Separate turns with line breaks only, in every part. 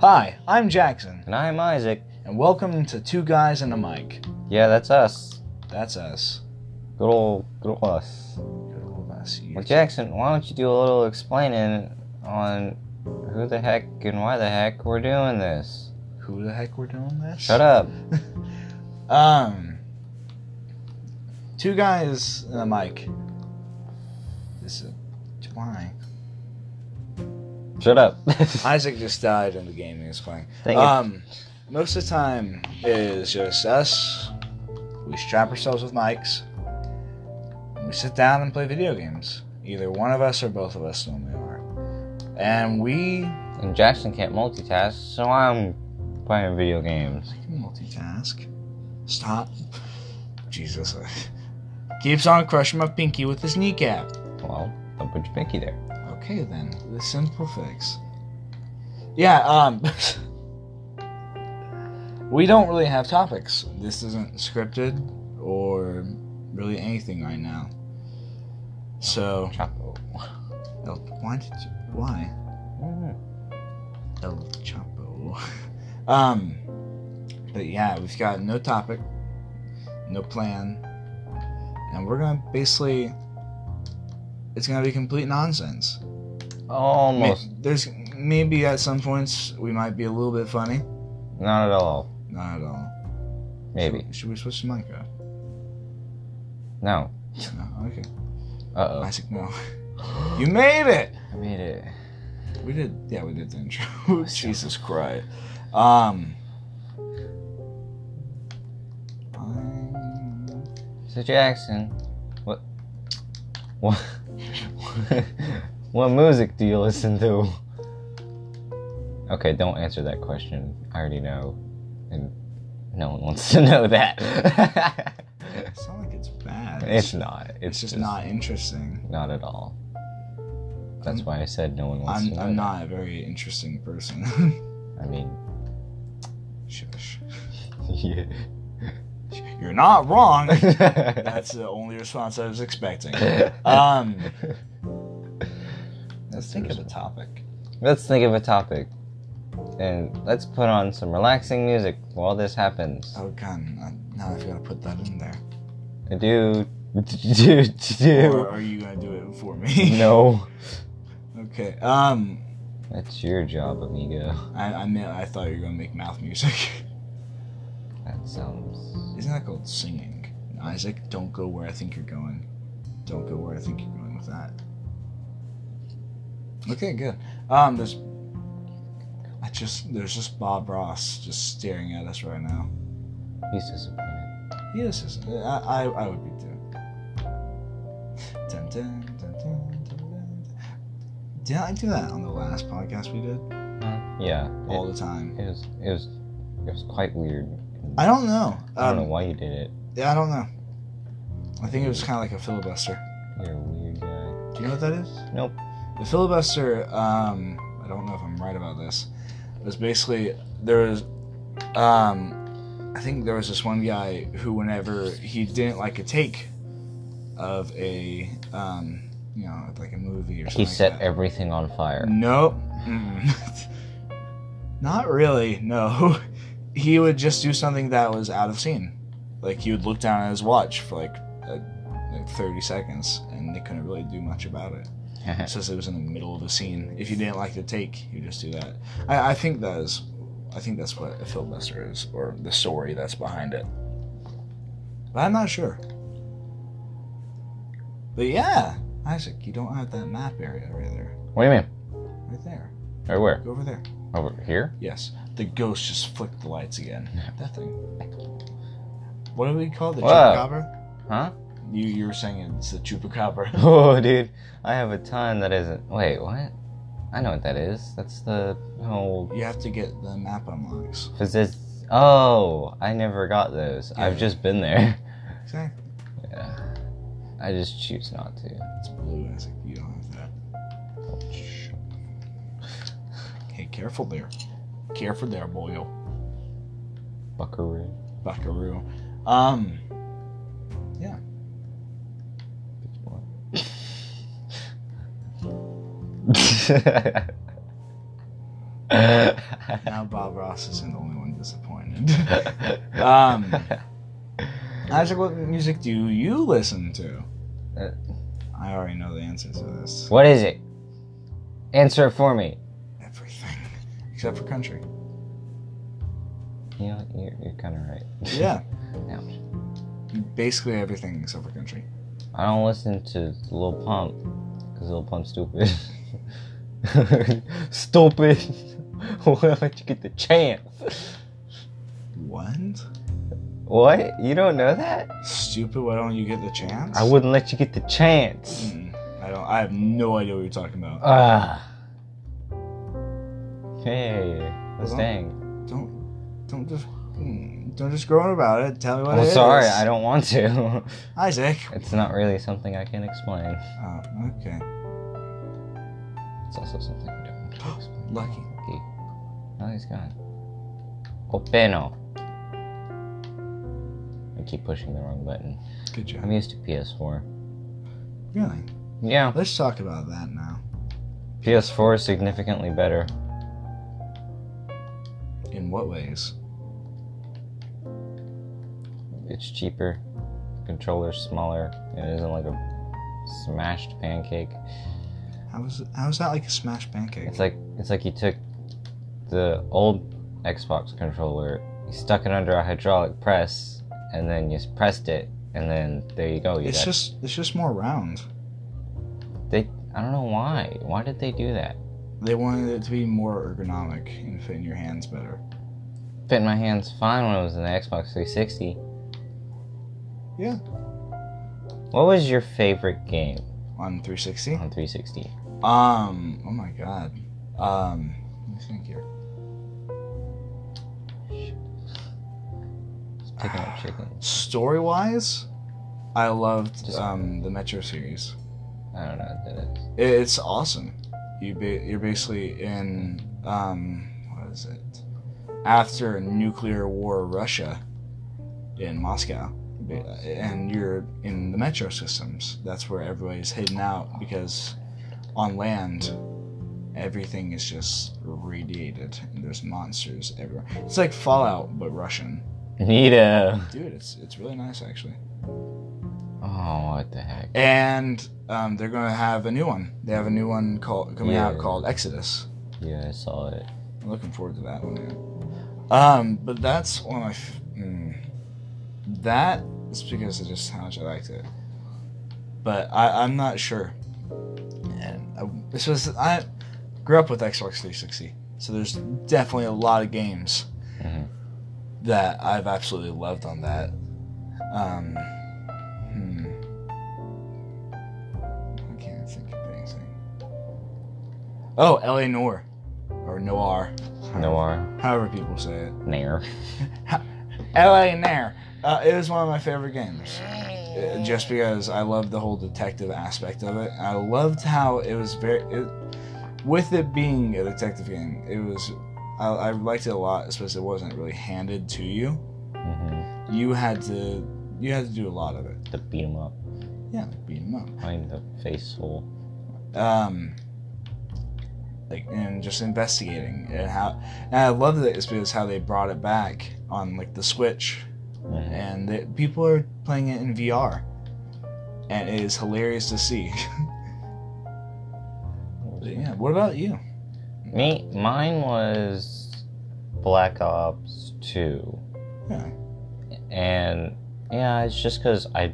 Hi, I'm Jackson,
And I'm Isaac.
and welcome to Two Guys and a Mic.
Yeah, that's us.
That's us.
Good ol' good ol' us.
Good old us.
Well, Jackson, why don't you do a little explaining on who the heck and why the heck we're doing this?
Who the heck we're doing this?
Shut up.
Um, Two Guys and a Mic. This is why
Shut up.
Isaac just died in the game he was playing.
Dang it.
um, most of the time is just us. We strap ourselves with mics. And we sit down and play video games. Either one of us or both of us normally are. And we
and Jackson can't multitask, so I'm playing video games.
I can multitask. Stop. Jesus. Keeps on crushing my pinky with his kneecap.
Well, don't put your pinky there.
Okay then, the simple fix. Yeah, um We don't really have topics. This isn't scripted or really anything right now. So
Chapo.
El, why did you why?
Mm.
El Chapo. Um but yeah, we've got no topic, no plan, and we're gonna basically it's gonna be complete nonsense. Ma-
Almost.
There's maybe at some points we might be a little bit funny.
Not at all.
Not at all.
Maybe.
Should, should we switch to Minecraft?
No.
No. Okay.
Uh
Isaac, no. You made it.
oh. I made it.
We did. Yeah, we did the intro. Jesus Christ. Um. I'm-
So Jackson, what, what, what music do you listen to? Okay, don't answer that question. I already know, and no one wants to know that.
It's not like it's bad.
it's not. It's,
It's just not interesting.
Not at all. That's why I said no one wants
I'm
to know.
I'm
that.
not a very interesting person.
I mean,
Shush.
yeah.
You're not wrong. That's the only response I was expecting. Um, let's think of a topic.
let's think of a topic, and let's put on some relaxing music while this happens.
Oh god, I- now I've got to put that in there.
I do. Do,
Or
do.
are you gonna do it for me?
No.
Okay. Um,
That's your job, amigo.
I, I meant I thought you were gonna make mouth music.
That sounds.
Isn't that called singing? Isaac, don't go where I think you're going. Don't go where I think you're going with that. Okay, good. Um, there's. I just there's just Bob Ross just staring at us right now.
He's disappointed.
Yes, yes, I, I, I would be too. Dun, dun, dun, dun, dun, dun. Did I do that on the last podcast we did?
Yeah.
All
It,
the time.
it was. It was. It was quite weird.
I don't know.
I don't know
Um,
why you did it.
yeah, I don't know. I think it was kind of like a filibuster.
You're a weird guy.
Do you know what that is?
Nope.
The filibuster. Um, I don't know if I'm right about this. It was basically there was. Um, I think there was this one guy who, whenever he didn't like a take of a, um, you know, like a movie or something.
He
like
set
that.
everything on fire.
Nope. Mm. Not really. No. He would just do something that was out of scene. Like he would look down at his watch for like, uh like 30 seconds, and they couldn't really do much about it. Since it was in the middle of a scene, if you didn't like the take, you just do that. I, I think that is, I think that's what a filibuster is, or the story that's behind it. But I'm not sure. But yeah, Isaac, you don't have that map area right there.
what do you mean?
Right there.
Or where?
Go over there.
Over here?
Yes. The ghost just flicked the lights again. That thing. What do we call it? The
Whoa.
chupacabra?
Huh?
You you were saying it's the chupacabra.
Oh, dude. I have a ton that isn't. Wait, what? I know what that is. That's the whole.
you have to get the map unlocks.
This. Oh, I never got those.
Yeah.
I've just been there.
Exactly.
Yeah. I just choose not to.
It's blue, Isaac. You don't have that. Hey, careful there. Careful there, boyo.
Buckaroo.
Buckaroo. Um.
Bitch boy.
now Bob Ross isn't the only one disappointed. Um, Isaac, what music do you listen to?
Uh,
I already know the answer to this.
what is it? Answer it for me.
Everything. Except for country.
You know, you're, you're kind of right.
Yeah.
Ouch.
Basically everything except for country.
I don't listen to Lil Pump because Lil Pump's stupid. stupid. Why don't you get the chance?
What?
What? You don't know that?
Stupid, why don't you get the chance?
I wouldn't let you get the chance.
Mm, I don't I have no idea what you're talking about.
Ah. Hey,
Hold on.
Mustang.
Don't don't just mm, don't just groan about it. Tell me what
I'm
it is.
sorry, I don't want to.
Isaac.
it's not really something I can explain.
Oh, okay.
It's also something I don't want to explain.
Lucky.
Okay. Now he's gone. Oh, Openo. I keep pushing the wrong button.
Good
I'm
job.
used to PS4.
Really?
Yeah,
Let's talk about that now.
PS4 is significantly better.
In what ways?
It's cheaper. Controller's smaller. It isn't like a smashed pancake.
How is it, how is that like a smash pancake?
It's like it's like he took the old Xbox controller, he stuck it under a hydraulic press, and then you s- pressed it, and then there you go. You
It's
got,
just it's just more round.
they. I don't know why. Why did they do that?
They wanted it to be more ergonomic and fit in your hands better.
Fit in my hands fine when it was in the Xbox 360.
Yeah.
What was your favorite game
On 360.
on 360?
Um. Oh my god. Um. Let me think here.
Picking up chicken.
Story wise, I loved
Just-
um the Metro series.
I don't know what that is.
It, it's awesome. You ba- you're basically in um what is it? After nuclear war Russia, in Moscow, ba- and you're in the metro systems. That's where everybody's hidden out because on land. Everything is just radiated, and there's monsters everywhere. It's like Fallout, but Russian.
Nita.
Dude, it's it's really nice actually.
Oh, what the heck?
And um, they're gonna have a new one. They have a new one called coming out
Yeah.
called Exodus.
Yeah, I saw it.
I'm looking forward to that one. Man. Um, but that's one of my. F- mm, that is because of just how much I liked it. But I, I'm not sure. And I, this was I grew up with Xbox 360, so there's definitely a lot of games
Mhm.
that I've absolutely loved on that. Um, hmm. I can't think of anything. Oh, L.A. Noir, or Noir.
Noir.
However people say it.
Nair.
L.A. Nair. Uh, it was one of my favorite games, Uh, just because I loved the whole detective aspect of it. I loved how it was very, it, with it being a detective game, it was. I, I liked it a lot, especially it wasn't really handed to you.
hmm
You had to, you had to do a lot of it.
The beat 'em up.
Yeah, like beat 'em up.
I'm the face hole.
um like and just investigating and how and I love that it's because how they brought it back on like the Switch
Mhm.
and that people are playing it in VR and it is hilarious to see. But yeah, what about you?
Me, mine was Black Ops 2.
Yeah.
And yeah, it's just because I,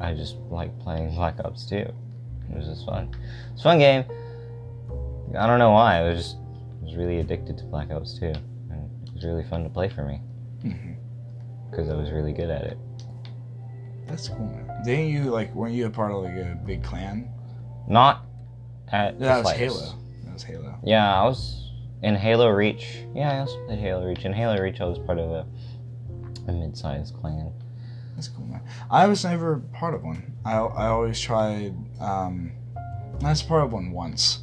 I just like playing Black Ops 2. It was just fun. It's a fun game. I don't know why. I was just I was really addicted to Black Ops 2. And it was really fun to play for me
Mhm.
because I was really good at it.
That's cool. Man. Didn't you like weren't you a part of like a big clan?
Not
That
at
was
the fights.
Halo. That was Halo.
Yeah, I was in Halo Reach. Yeah, I also played Halo Reach. In Halo Reach, I was part of a, a mid-sized clan.
That's cool, man. I was never part of one. I, I always tried. Um, I was part of one once,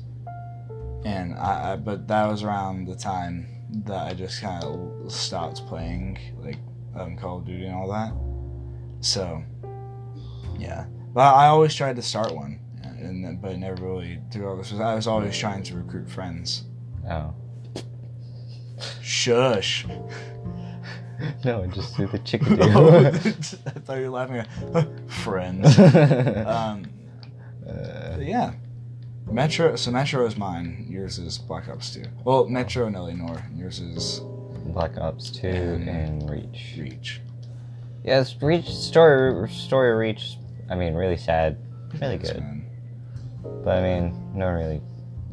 and I, I but that was around the time that I just kind of stopped playing like um, Call of Duty and all that. So, yeah. But I always tried to start one, uh, and but it never really took off. I was always trying to recruit friends.
Oh,
Shush.
No, just do the
I
chickadee.
thought you were laughing at friends. Um,
Uh,
but yeah. Metro, so Metro is mine. Yours is Black Ops 2. Well, Metro and Eleanor. Yours is
Black Ops 2
And-
and Reach.
Reach.
Yes, Reach story story Reach. I mean, really sad, really
Thanks,
good.
man.
But I mean, no, really.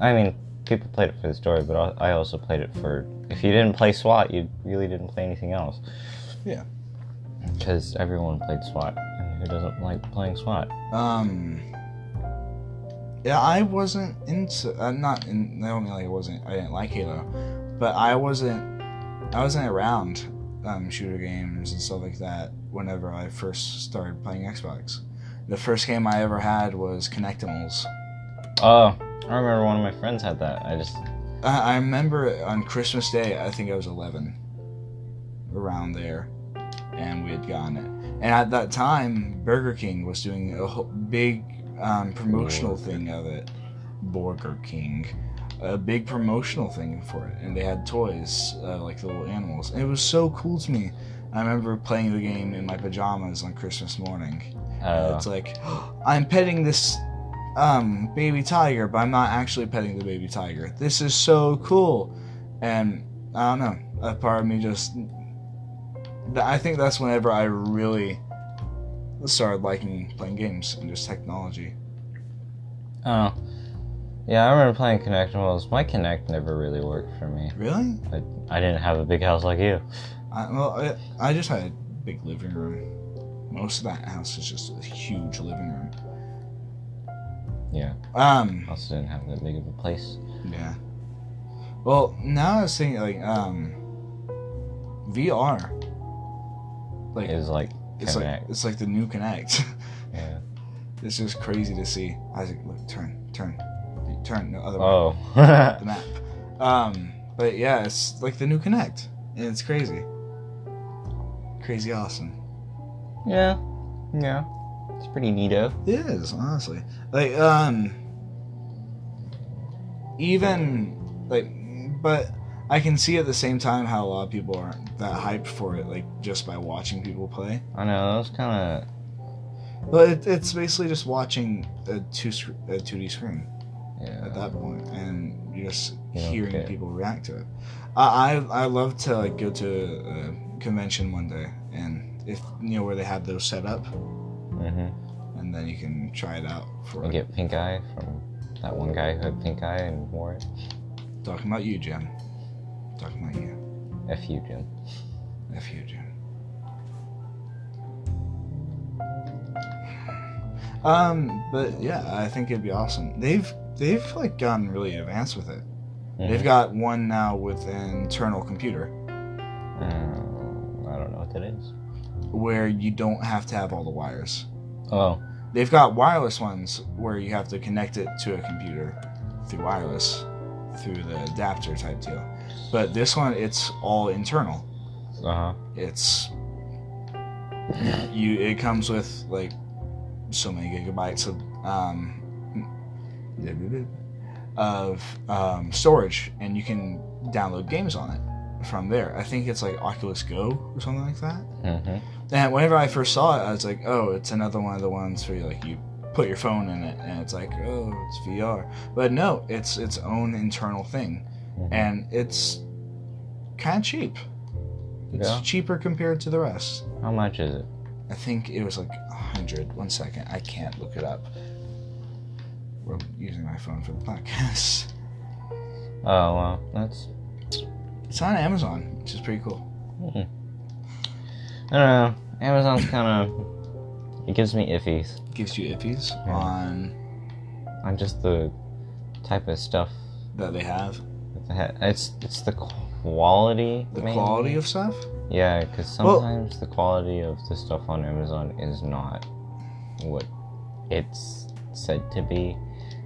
I mean, people played it for the story, but I I also played it for. If you didn't play SWAT, you really didn't play anything else.
Yeah.
Because everyone played SWAT, and who doesn't like playing SWAT?
Um. Yeah, I wasn't into. I'm not in. I don't mean like I wasn't. I didn't like Halo, but I wasn't. I wasn't around um, shooter games and stuff like that whenever I first started playing Xbox. The first game I ever had was Connectimals.
Oh, I remember one of my friends had that. I just
I, I remember on Christmas Day, I think I was 11, around there, and we had gotten it. And at that time, Burger King was doing a whole big um, promotional thing of it. Burger King. A big promotional thing for it, and they had toys, uh, like the little animals. And it was so cool to me. I remember playing the game in my pajamas on Christmas morning. And
uh,
it's like, I'm petting this um, baby tiger, but I'm not actually petting the baby tiger. This is so cool. And I don't know. A part of me just. th- I think that's whenever I really started liking playing games and just technology.
oh. Yeah, I remember playing Connectimals. My Connect never really worked for me.
Really?
I, I didn't have a big house like you.
I, well, I, I just had a big living room. Most of that house is just a huge living room.
Yeah,
Um.
I also didn't have that big of a place.
Yeah. Well, now I was thinking like um VR. Like
It was like
it's like
Kinect.
it's like the new Connect.
yeah.
it's just crazy to see. Isaac, look, turn, turn, turn. No other way.
Oh.
The map. Um, but yeah, it's like the new Connect, and it's crazy. Crazy awesome.
yeah. Yeah. It's pretty neato.
It is honestly like um even like but I can see at the same time how a lot of people aren't that hyped for it like just by watching people play.
I know that was kind
But it, it's basically just watching a two sc- a two D screen
of yeah.
at that point and you're just
Yeah,
hearing
okay.
people react to it. I I, I love to like go to a convention one day and if you know where they have those set up
Mm-hmm.
and then you can try it out for
I get pink eye from that one guy who had pink eye and wore it.
Talking about you, Jim. Talking about you.
F you, Jim.
F you, Jim. Um, but yeah, I think it'd be awesome. They've they've like gotten really advanced with it. They've
Mhm.
got one now with an internal computer
Mm, Uh, I don't know what that is.
where you don't have to have all the wires.
Oh.
They've got wireless ones where you have to connect it to a computer through wireless through the adapter type deal. But this one it's all internal.
Uh huh.
it's you it comes with like so many gigabytes of um of um, storage and you can download games on it from there i think it's like oculus go or something like that
Mm-hmm.
and whenever i first saw it i was like oh it's another one of the ones where you like you put your phone in it and it's like oh it's vr but no it's its own internal thing
Mm-hmm.
and it's kind of cheap it's
Yeah.
cheaper compared to the rest.
How much is it?
I think it was like a hundred. One second, I can't look it up. We're using my phone for the podcast.
Oh well, that's.
It's on Amazon, which is pretty cool.
Mm. I don't know. Amazon's kind of. It gives me iffies.
Gives you iffies
Yeah.
on
I'm just the type of stuff.
that they have
that they ha- It's it's the quality.
the
mainly.
quality of stuff.
Yeah, because
Well-
sometimes the quality of the stuff on Amazon is not what it's said to be.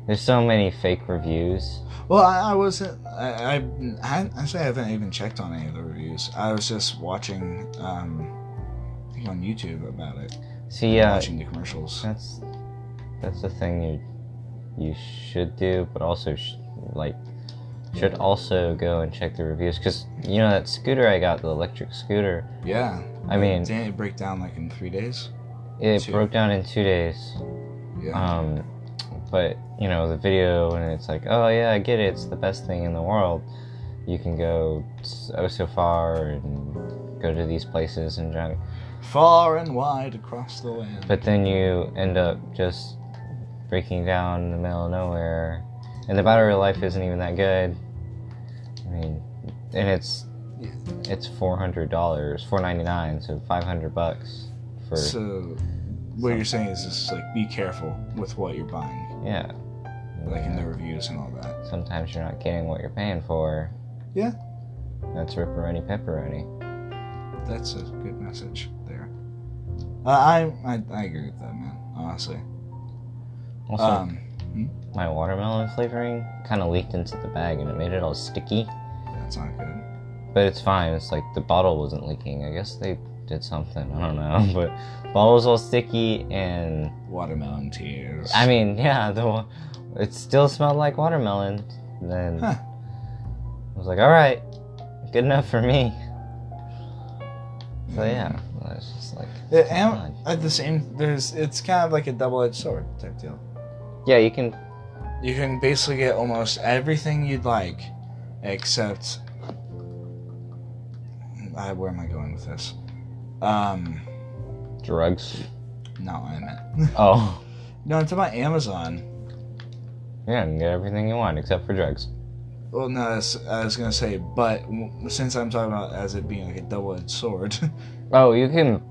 There's so many fake reviews.
Well, I, I wasn't. I, I, I actually haven't even checked on any of the reviews. I was just watching um, I think on YouTube about it.
See, yeah,
watching the commercials.
that's that's the thing you you should do, but also sh- like should also go and check the reviews because you know that scooter I got, the electric scooter.
Yeah.
I mean,
Didn't it break down like in three days?
it
Two.
broke down in two days.
Yeah.
Um, but you know the video, and it's like, oh yeah, I get it. It's the best thing in the world. You can go s- oh so far and go to these places and drive.
Far and wide across the land.
But then you end up just breaking down in the middle of nowhere, and the battery life isn't even that good. I mean, and it's it's four hundred dollars, four ninety nine, so five hundred bucks for
so, what you're saying is just like be careful with what you're buying,
yeah.
like in the reviews and all that.
Sometimes you're not getting what you're paying for.
Yeah.
That's ripperoni pepperoni.
That's a good message there. Uh, I, I I agree with that, man. Honestly.
Also,
Um.
my watermelon flavoring kind of leaked into the bag and it made it all sticky.
That's not good.
But it's fine. It's like the bottle wasn't leaking. I guess they did something. I don't know. But bottle was all sticky and
Watermelon tears.
I mean, yeah, the wa- it still smelled like watermelon. And then
Huh.
I was like, all right, good enough for me. So yeah, I was just like,
Uh, am- at the same, there's it's kind of like a double-edged sword type deal.
yeah, you can
You can basically get almost everything you'd like, except. I, where am I going with this? Um,
drugs.
not what I meant.
Oh,
no, it's about Amazon.
yeah, you can get everything you want except for drugs.
Well, no, that's, I was gonna say, but w- since I'm talking about as it being like a double-edged sword,
Oh, you can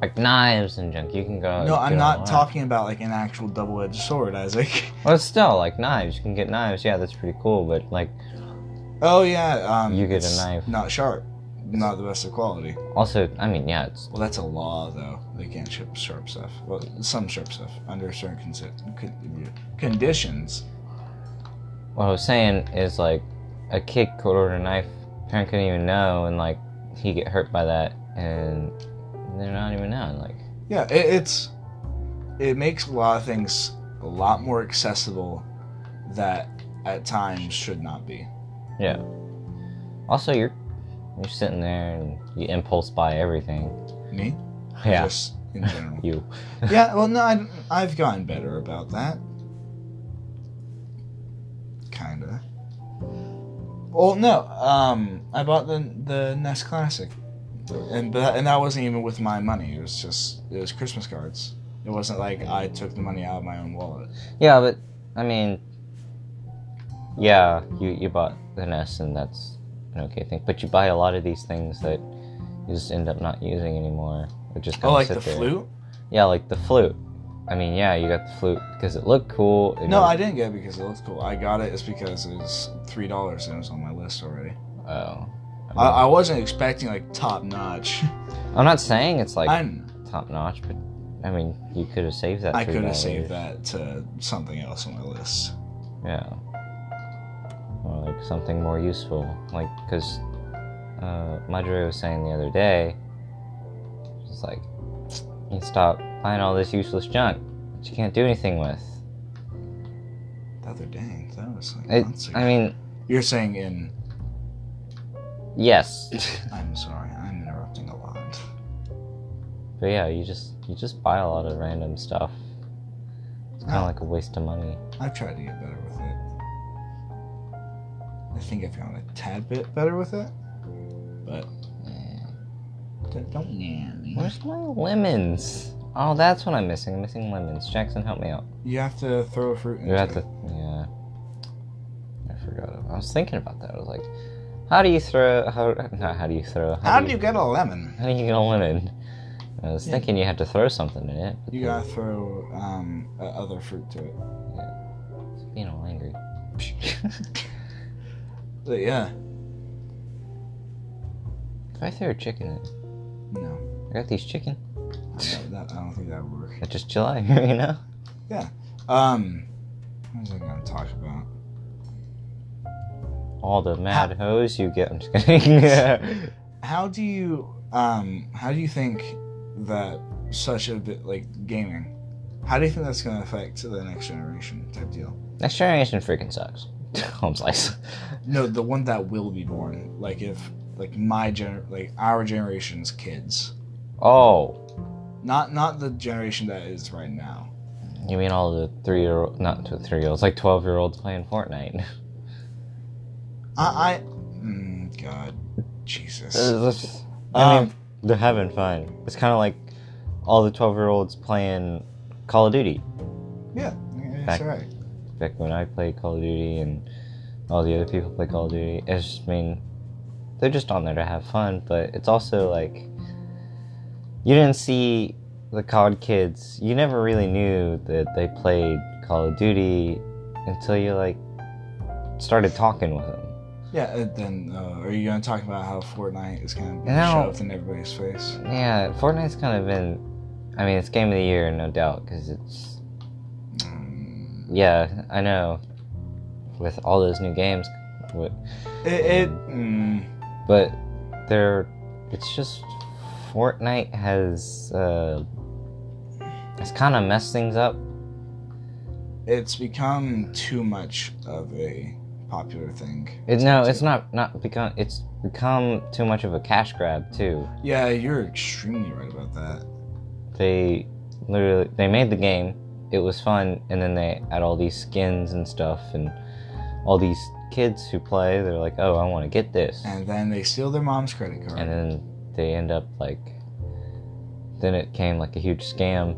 like knives and junk. You can go.
no,
get
I'm
all
not
that.
talking about like an actual double-edged sword, Isaac.
Well, still like knives. You can get knives. Yeah, that's pretty cool. But like,
Oh yeah, um,
You get a
it's
knife.
Not sharp, not the best of quality.
also, I mean, yeah, it's
Well, that's a law, though. They can't ship sharp stuff. Well, some sharp stuff under certain consi- con- conditions.
what I was saying is like a kid could order a knife. Parent couldn't even know, and like he get hurt by that, and they're not even knowing. Like,
Yeah, it, it's it makes a lot of things a lot more accessible that at times should not be.
yeah. Also, you're you're sitting there and you impulse buy everything.
Me,
Yeah,
just in general.
you.
yeah, well, no, I, I've gotten better about that. Kinda. Well, no, um, I bought the the NES Classic, and that, and that wasn't even with my money. It was just it was Christmas cards. It wasn't like I took the money out of my own wallet.
Yeah, but I mean, yeah, you you bought the NES, and that's an okay thing. But you buy a lot of these things that you just end up not using anymore, or just
Oh,
kinda
like
sit
the
there.
flute?
Yeah, like the flute. I mean, yeah, you got the flute because it looked cool. and
No,
you-
I didn't get it because it looked cool. I got it is because it was three dollars and it was on my list already.
Oh.
I, I wasn't expecting like top notch.
I'm not saying it's like
I
top notch, but I mean, you could have saved that.
I could have
$3.
saved that to something else on my list.
Yeah. Or like something more useful. Like, because uh, Madre was saying the other day, just like, you stop buying all this useless junk that you can't do anything with.
The other day, that was like
It,
months ago.
I mean,
You're saying in.
yes.
I'm sorry, I'm interrupting a lot.
but yeah, you just you just buy a lot of random stuff. It's kind of like a waste of money.
I've tried to get better with it. I think I've gotten a tad bit better with it, but don't, don't yeah me.
Where's my lemons? Oh, that's what I'm missing. I'm missing lemons. Jackson, help me out.
You have to throw fruit. Into
You have
it.
to. Yeah. I forgot. about- I was thinking about that. I was like, how do you throw? How not how do you throw?
How do you get a lemon?
How do you get a lemon? I was
Yeah.
thinking you had to throw something in it. But
You
then
gotta throw um, o- other fruit to it.
it's being all angry.
But yeah,
if I throw a chicken, in,
no,
I got these chicken.
I don't, that, I don't think that would work.
I just chill out here, you know.
Um, what was I gonna talk about?
All the mad hoes you get. I'm just kidding. yeah.
how do you um how do you think that such a bit like gaming how do you think that's going to affect the next generation type deal
Next generation freaking sucks. home slice.
No, the one that will be born. Like if like my gener like our generation's kids.
Oh,
Not not the generation that is right now.
you mean all the three year old, not to three year olds, like 12 year olds playing Fortnite.
I I mm, God Jesus.
That's- Uh, I mean,
Um,
they're having fun. It's kind of like all the 12 year olds playing Call of Duty.
yeah, that's right.
Back when I played Call of Duty and all the other people play Call of Duty, it's just, I mean, they're just on there to have fun, but it's also like you didn't see the COD kids, you never really knew that they played Call of Duty until you like started talking with them.
Yeah, and then uh, are you gonna talk about how Fortnite is kind of
And I don't-
shoved in everybody's face?
Yeah, Fortnite's kind of been, I mean, it's game of the year, no doubt, because it's
Mm.
Yeah, I know. With all those new games, but,
It, it mm,
but they're it's just Fortnite has uh, it's kind of messed things up.
it's become too much of a popular thing.
It, no, it's not not become it's become too much of a cash grab too.
Yeah, you're extremely right about that.
They literally they made the game, it was fun, and then they add all these skins and stuff, and all these kids who play, they're like, oh, I want to get this.
And then they steal their mom's credit card.
and then they end up like then it came like a huge scam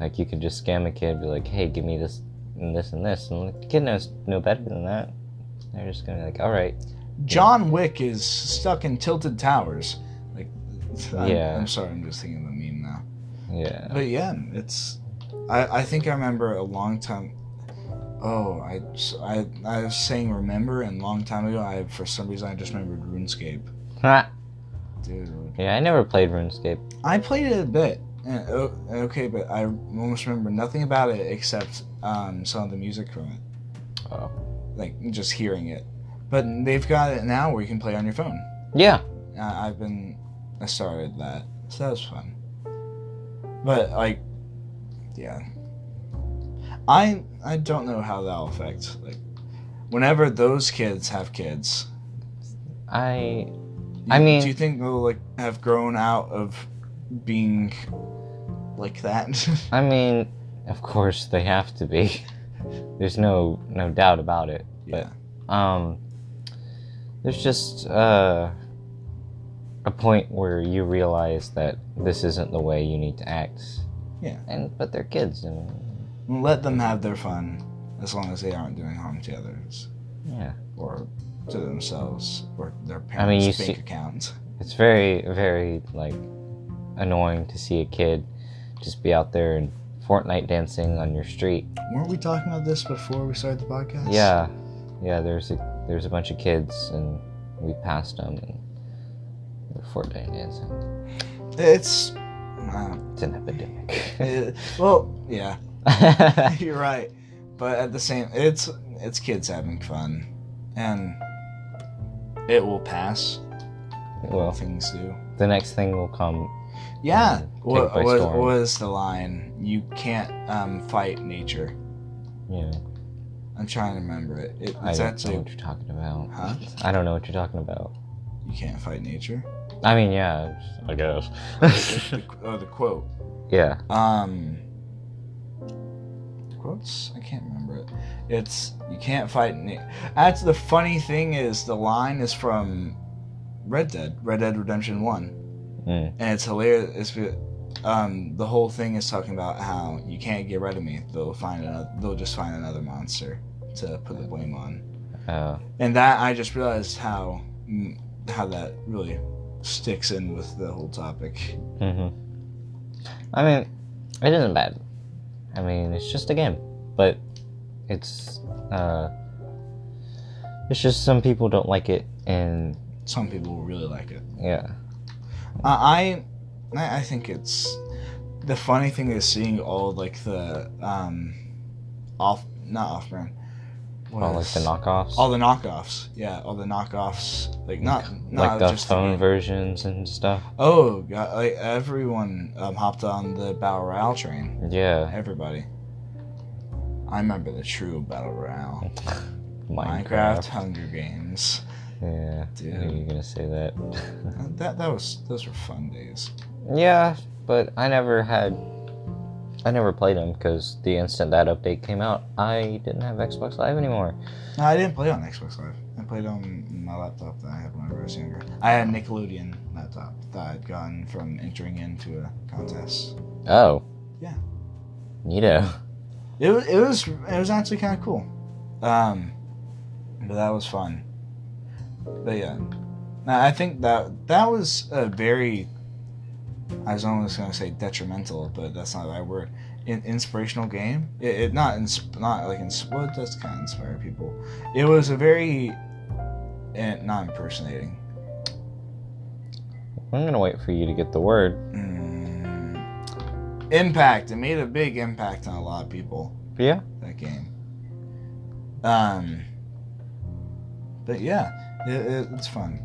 like you could just scam a kid be like hey give me this and this and this and the kid knows no better than that they're just gonna be like all right
John Wick is stuck in Tilted Towers. Like, I'm,
Yeah.
I'm sorry, I'm just thinking of the meme now.
yeah
But yeah, it's. I, I think I remember a long time. Oh, I, s- I, I was saying remember, and long time ago, I for some reason I just remembered RuneScape.
Ha!
Dude,
yeah i never played runescape
I played it a bit. and- oh, Okay, but I almost remember nothing about it except um, some of the music from it,
oh
like just hearing it. But they've got it now where you can play on your phone.
yeah
I- I've been I started that, so that was fun. But like, yeah, I I don't know how that'll affect like whenever those kids have kids.
i
you-
I mean-
do you think they'll like have grown out of being like that?
i mean of course they have to be there's no no doubt about it
yeah,
um there's just uh a point where you realize that this isn't the way you need to act
Yeah.
and but they're kids and
let them have their fun as long as they aren't doing harm to others
yeah
or to themselves or their parents'
I mean, you
bank
see-
account.
it's very very like annoying to see a kid just be out there and fortnite dancing on your street
Weren't we talking about this before we started the podcast?
yeah yeah there's a there's a bunch of kids and we passed them and they were fortnite dancing
It's. Uh,
it's an epidemic
eh, well, yeah, you're right. But at the same, it's it's kids having fun, and it will pass. All
well
things do.
the next thing will come
Yeah.
Take it
What
by
was
storm.
was the line? You can't um, fight nature.
you know
I'm trying to remember it. it
I
it's
don't know
actually
what you're talking about.
huh?
I don't know what you're talking about.
You can't fight nature.
I mean, yeah, I guess.
The, oh, the quote.
yeah.
Um. The quotes? I can't remember it. It's you can't fight. Na- That's the funny thing is the line is from Red Dead, Red Dead Redemption One,
Mm.
and it's hilarious. It's be- um the whole thing is talking about how you can't get rid of me. They'll find another. They'll just find another monster to put the blame on.
Uh,
And that I just realized how mm, how that really sticks in with the whole topic.
hmm I mean, it isn't bad. I mean, it's just a game, but it's uh, it's just some people don't like it, and
Some people really like it.
yeah,
Uh, I, I I think it's the funny thing is seeing all like the um, off not off brand,
all like the knockoffs,
all the knockoffs. Yeah, all the knockoffs. Like not
like
not
the
just
phone versions and stuff.
Oh god! Like everyone um, hopped on the battle royale train.
Yeah.
Everybody. I remember the true battle royale. Minecraft, Hunger Games.
Yeah.
Dude.
I knew you were gonna say that.
Uh, That that was those were fun days.
yeah, but I never had. I never played them because the instant that update came out, I didn't have Xbox Live anymore.
No, I didn't play on Xbox Live. I played on my laptop that I had whenever I was younger. I had a Nickelodeon laptop that I'd gotten from entering into a contest.
Oh.
Yeah.
Neato.
It was it was it was actually kind of cool. Um, but that was fun. But yeah, now I think that that was a very. I was almost gonna say detrimental, but that's not the right word. In, inspirational game. It, it not insp- not like ins- well, it does kind of inspire people. It was a very, eh, not impersonating.
I'm gonna wait for you to get the word.
Mm, impact. It made a big impact on a lot of people.
Yeah.
that game. Um, but yeah, it, it, it's fun.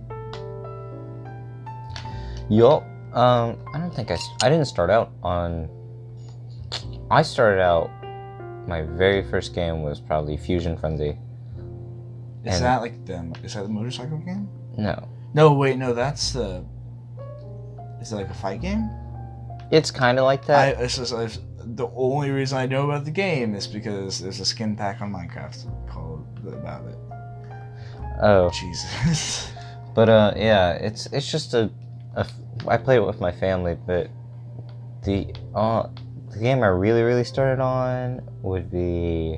Yup. Um, I don't think I. s- I didn't start out on. I started out. My very first game was probably Fusion Frenzy.
Is
And-
that like the is that the motorcycle game?
No,
No, wait, no, that's the. Is it like a fight game?
it's kind of like that.
I this is i the only reason I know about the game is because there's a skin pack on Minecraft called about it.
oh,
Jesus.
but uh, yeah, it's it's just a, a f- I play it with my family, but the uh, the game I really really started on would be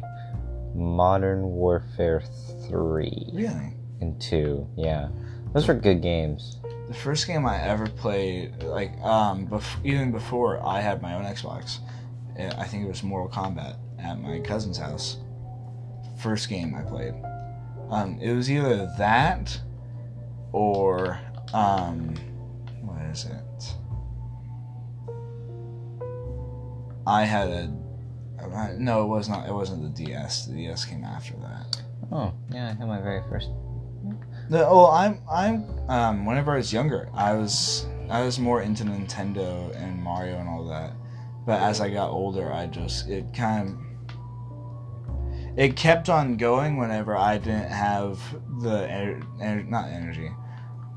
Modern Warfare three
really.
and two. Yeah, those were good games.
the first game I ever played, like um, bef- even before I had my own Xbox, eh, I think it was Mortal Kombat at my cousin's house. First game I played, um, it was either that or um, what is it? I had a I- no, it was not. It wasn't the DS. The DS came after that.
Oh yeah, I had my very first.
No, well, I'm I'm um whenever I was younger, I was I was more into Nintendo and Mario and all that. But as I got older, I just it kind of it kept on going whenever I didn't have the ener- ener- not energy,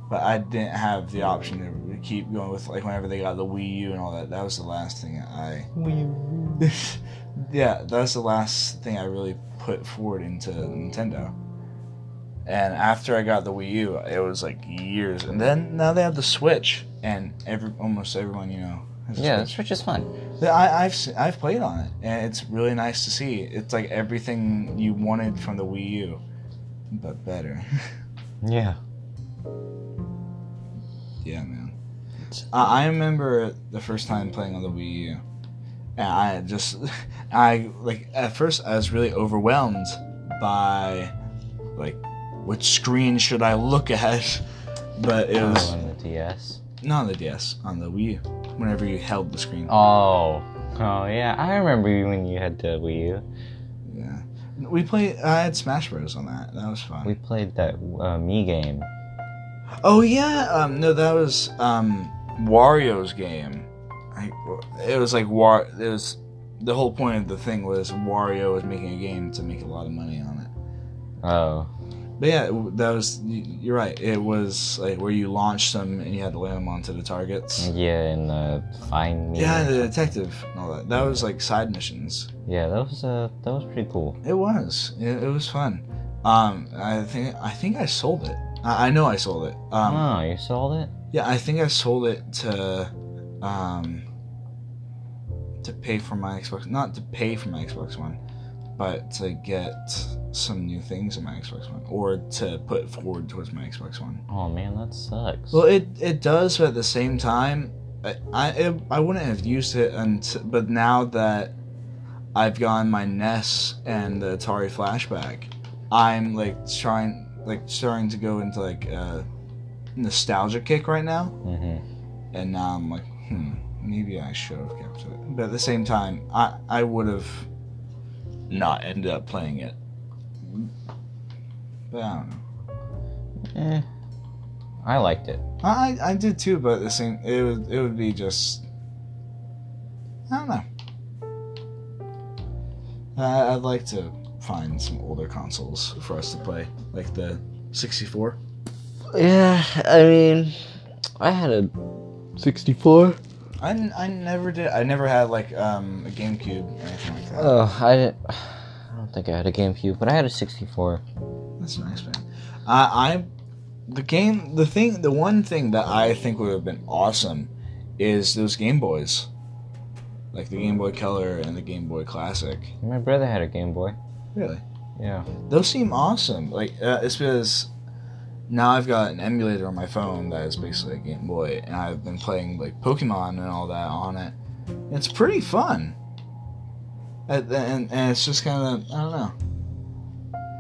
but I didn't have the option to keep going with like whenever they got the Wii U and all that. That was the last thing I yeah, that was the last thing I really put forward into Nintendo. And after I got the Wii U, it was like years. And then now they have the Switch, and every almost everyone you know has a
Yeah,
Switch.
that's which is fun.
Yeah, I, I've se- I've played on it, and it's really nice to see. It's like everything you wanted from the Wii U, but better.
Yeah.
yeah, man. I, I remember the first time playing on the Wii U, and I just, I like at first I was really overwhelmed by, like, which screen should I look at? But it was
on the DS.
not on the DS, on the Wii. U, Whenever you held the screen,
Oh. Oh yeah, I remember you when you had the Wii U.
yeah. We played. I had Smash Bros on that. That was fun.
We played that uh, Mii game.
Oh yeah, um, no, that was um, Wario's game. I, it was like War. It was the whole point of the thing was Wario was making a game to make a lot of money on it.
Oh.
But yeah, it- that was y- you're right. It was like where you launched them and you had to land them onto the targets.
Yeah, and uh, Find Me.
Yeah, the detective and all that. That was like side missions.
Yeah, that was uh, that was pretty cool.
It was. It, it was fun. Um, I think I think I sold it. I, I know I sold it. Um,
oh, you sold it?
Yeah, I think I sold it to um to pay for my Xbox not to pay for my Xbox One, but to get some new things in my Xbox One. Or to put forward towards my Xbox One.
Oh man, that sucks.
Well it it does, but at the same time I I, it, I wouldn't have used it until but now that I've gotten my NES and the Atari flashback, I'm like trying like starting to go into like a nostalgia kick right now.
mm-hmm.
And now I'm like, hmm, maybe I should have kept it. But at the same time, I, I would have not ended up playing it. But I don't know.
eh, I liked it.
I, I I did too, but at the same, it would, it would be just. I don't know. I, I'd like to find some older consoles for us to play, like the 64.
Yeah, I mean, I had a 64.
I, n- I never did. I never had like um, a GameCube or anything like that.
Oh, I didn't. I don't think I had a GameCube, but I had a 64.
That's nice, man. I, I the game, the thing, the one thing that I think would have been awesome is those Game Boys, like the Game Boy Color and the Game Boy Classic.
My brother had a Game Boy.
Really,
Yeah.
those seem awesome. Like uh, it's because now I've got an emulator on my phone that is basically a Game Boy, and I've been playing like Pokemon and all that on it. It's pretty fun. And, and, and it's just kind of I don't know.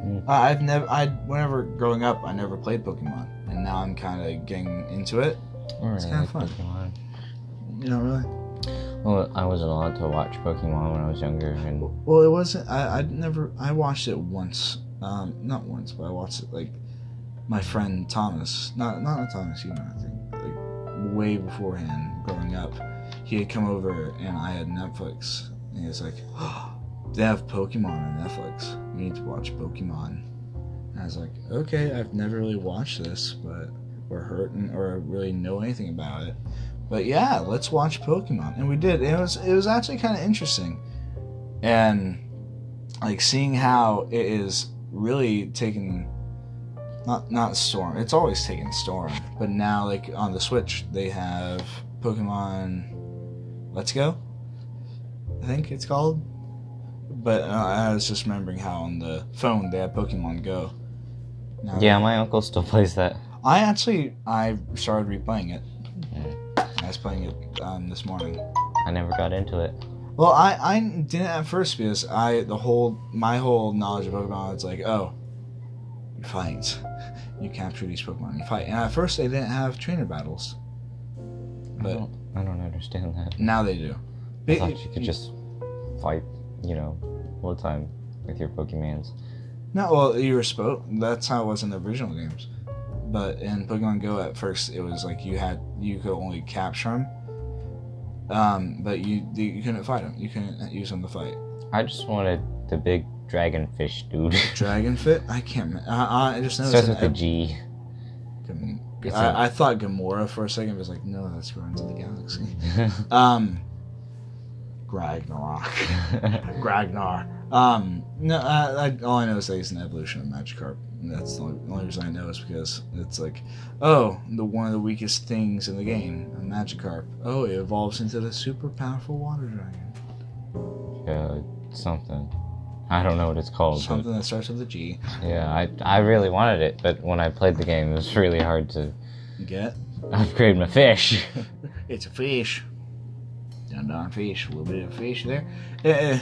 Mm.
I- I've never I whenever growing up I never played Pokemon, and now I'm kind of getting into it.
I don't
It's
really
kinda
like Pokemon.
You know, really.
Well, I wasn't allowed to watch Pokemon when I was younger, and
Well, it wasn't. I I never. I watched it once. Um, not once, but I watched it like my friend Thomas. Not not Thomas Human. I think like way beforehand. Growing up, he had come over and I had Netflix, and he was like, oh, "They have Pokemon on Netflix. We need to watch Pokemon." And I was like, "Okay, I've never really watched this, but or heard n- or really know anything about it." But yeah, let's watch Pokemon, and we did. It was it was actually kind of interesting and like seeing how it is really taken not not storm it's always taken storm but now like on the switch they have pokemon let's go i think it's called but uh, i was just remembering how on the phone they had pokemon go Now-
yeah, my uncle still plays that.
i actually i started replaying it
Mm.
i was playing it um, this morning
I never got into it.
Well, I, I didn't at first because I the whole my whole knowledge of Pokemon is like, oh, you fight, you capture these Pokemon, you fight. And at first they didn't have trainer battles,
I
But-
don't, I don't understand that.
now they do.
Mm-hmm. I
But
thought you could just fight, you know, all the time with your Pokemons.
no, well, you were supposed. That's how it was in the original games. But in Pokemon Go, at first it was like you had you could only capture them, um, but you you couldn't fight them. You couldn't use them to fight.
I just wanted the big dragonfish dude.
Dragonfit, I can't. remem- I, I just noticed.
Starts
in
with a G.
Gam-
It's a-
I, I thought Gamora for a second. but I was like, no, that's Guardians of the Galaxy. Um, Ragnarok. Ragnar. Um, no, I, I, all I know is that he's an evolution of Magikarp. And that's the only, the only reason I know is because it's like, oh, the one of the weakest things in the game, a Magikarp. Oh, it evolves into the super powerful water dragon.
uh, something. I don't know what it's called. but-
Something that starts with a G.
Yeah, I, I really wanted it, but when I played the game, it was really hard to
Get?
upgrade my fish.
It's a fish. Dun darn fish. A little bit of fish there. Eh,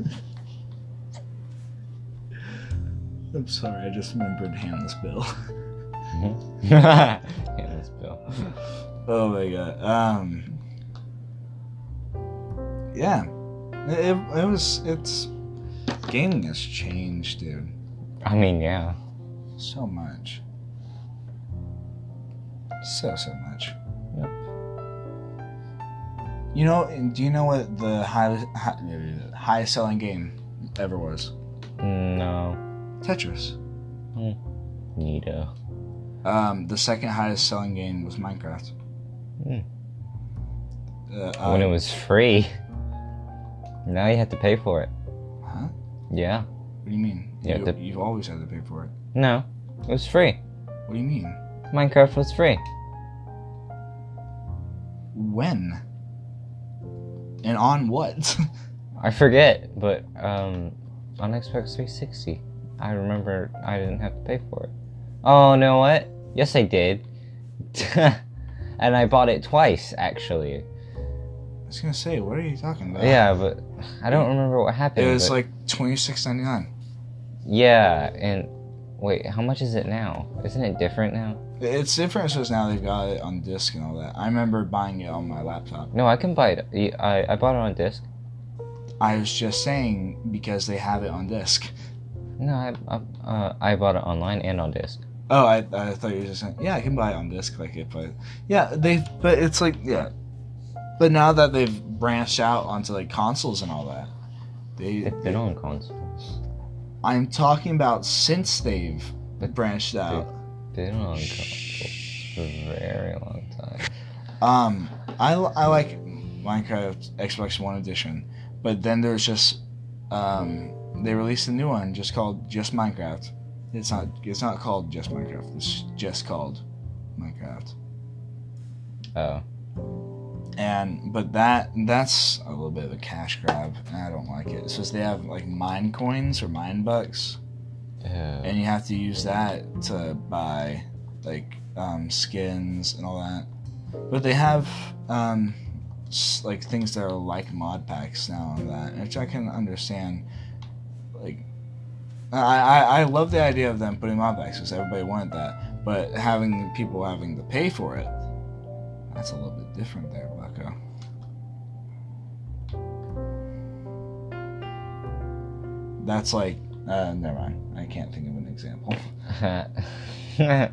eh. I'm sorry, I just remembered Handless Bill.
yeah, that's Bill.
Oh my god. Um. Yeah, it, it, it was. It's gaming has changed, dude,
I mean, yeah.
so much. So so much.
Yep.
You know? Do you know what the high, high highest selling game ever was?
No,
Tetris.
Nita.
Um, the second highest selling game was Minecraft.
Hmm.
Uh,
when it
uh,
was free, now you have to pay for it.
huh?
Yeah.
What do you mean?
Yeah,
you,
the-
you've always had to pay for it.
No, it was free.
What do you mean?
Minecraft was free.
When? And on what?
I forget, but um, on Xbox 360, I remember I didn't have to pay for it. Oh, no, what? Yes, I did. and I bought it twice, actually.
I was gonna say, what are you talking about?
Yeah, but I don't remember what happened.
It was
but-
like twenty six ninety nine.
yeah, and wait, how much is it now? Isn't it different now?
It's different since now they've got it on disc and all that. I remember buying it on my laptop.
No, I can buy it. y- I, I bought it on disc.
I was just saying because they have it on disc.
No, I I, uh, I bought it online and on disc.
Oh, I, I thought you were just saying, yeah, I can buy it on disc. Like if I, yeah, they, but it's like, yeah, but now that they've branched out onto like consoles and all that, they,
It's been on consoles.
I'm talking about since they've branched out.
Been on Cuphead for a very long time.
Um, I, I like Minecraft Xbox One Edition, but then there's just um, they released a new one just called Just Minecraft. It's not it's not called Just Minecraft. It's just called Minecraft.
Oh,
And but that that's a little bit of a cash grab, and I don't like it. It's just they have like mine coins or mine bucks,
yeah.
and you have to use that to buy like um, skins and all that. But they have um, s- like things that are like mod packs now and that, which I can understand. Like, I, I I love the idea of them putting mod packs because everybody wanted that, but having people having to pay for it, that's a little bit different there, Bucko. That's like, uh, never mind. I can't think of an example.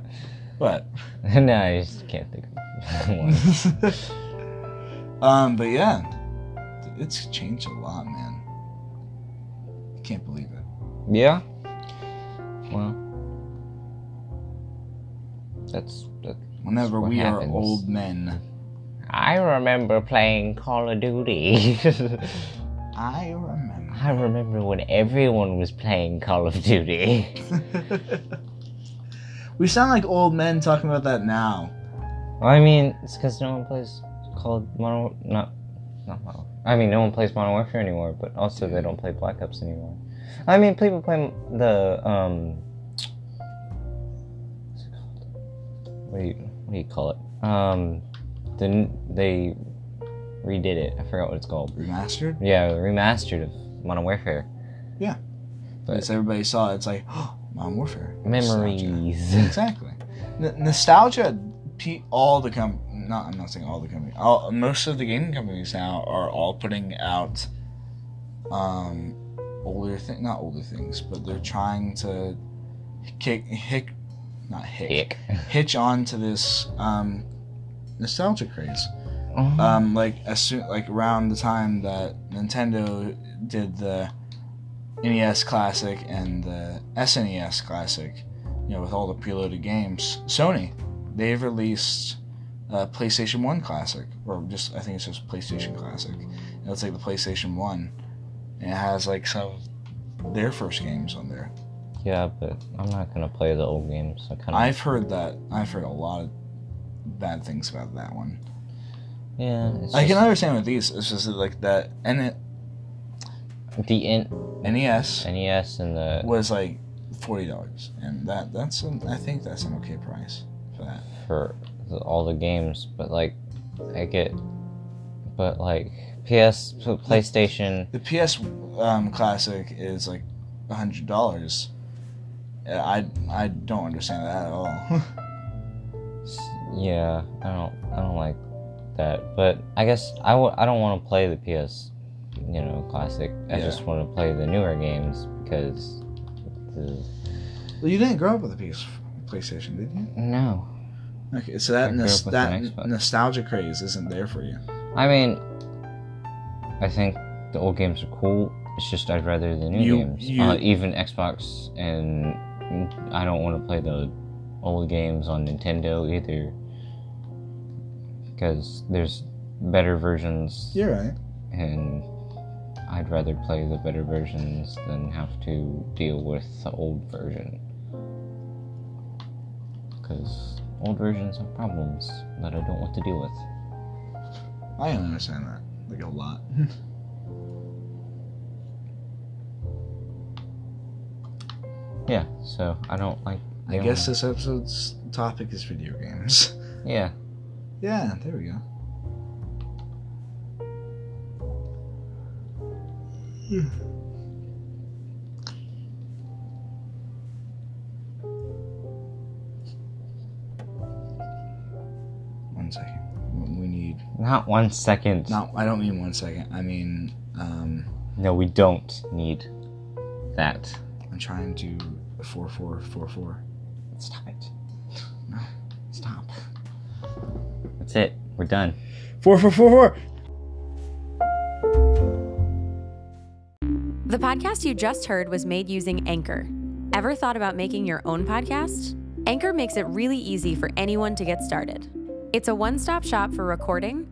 But
no, I just can't think of one.
um, but yeah, it's changed a lot, man. Can't believe it.
Yeah. Well, that's that.
Whenever
What
we
happens?
are old men,
I remember playing Call of Duty.
I remember.
I remember when everyone was playing Call of Duty.
we sound like old men talking about that now.
Well, I mean, it's because no one plays called Modern War- not not Modern. Warfare. I mean, no one plays Modern Warfare anymore. But also, they don't play Black Ops anymore. I mean, people play the um. What's it called? What do you what do you call it? Um, then they redid it. I forgot what it's called.
Remastered?
Yeah, remastered of Modern Warfare. But-
It's everybody saw it. It's like, oh, Modern Warfare. Nostalgia.
Memories.
Exactly. N- nostalgia. P- all the com. Not. I'm not saying all the companies. All, most of the gaming companies now are all putting out, um, older thing. Not older things, but they're trying to kick hick, not hick,
Hick.
hitch on to this um, nostalgia craze um, like as soon like around the time that Nintendo did the NES Classic and the SNES Classic, you know, with all the preloaded games, Sony they've released uh, PlayStation One Classic, or just I think it's just PlayStation Classic. And it's like the PlayStation One, and it has like some of their first games on there.
yeah, but I'm not gonna play the old games. I kind of
I've heard that I've heard a lot of bad things about that one.
yeah. It's
I can
just
understand with these. It's just like that N- E
the N- E
NES.
NES and the
was like forty dollars, and that that's an, I think that's an okay price for that.
for the, all the games, but like I get, but like PS, p- PlayStation,
The PS um, Classic is like hundred dollars. I I don't understand that at all.
s- yeah, I don't, I don't like that. But I guess I w- I don't want to play the PS, you know, classic. I
Yeah.
just want to play the newer games because, the,
well, you didn't grow up with a PS PlayStation, did you?
no,
Okay, so
I
that
grew
nos-
up with
that
an Xbox.
nostalgia craze isn't there for you.
I mean, I think the old games are cool. It's just I'd rather the new
You-
games.
you-
uh, even Xbox and I don't want to play the old games on Nintendo either because there's better versions
You're right.
and I'd rather play the better versions than have to deal with the old version. Because old versions have problems that I don't want to deal with.
I understand that like a lot.
Yeah, so I don't like.
I guess this episode's topic is video games.
Yeah.
Yeah, there we go. One second. We need.
Not one second.
No, I don't mean one second. I mean, um,
No, we don't need that.
I'm trying to four four four four.
Stop it. No. Stop. That's it. We're done.
Four four four four.
The podcast you just heard was made using Anchor. Ever thought about making your own podcast? Anchor makes it really easy for anyone to get started. It's a one stop shop for recording,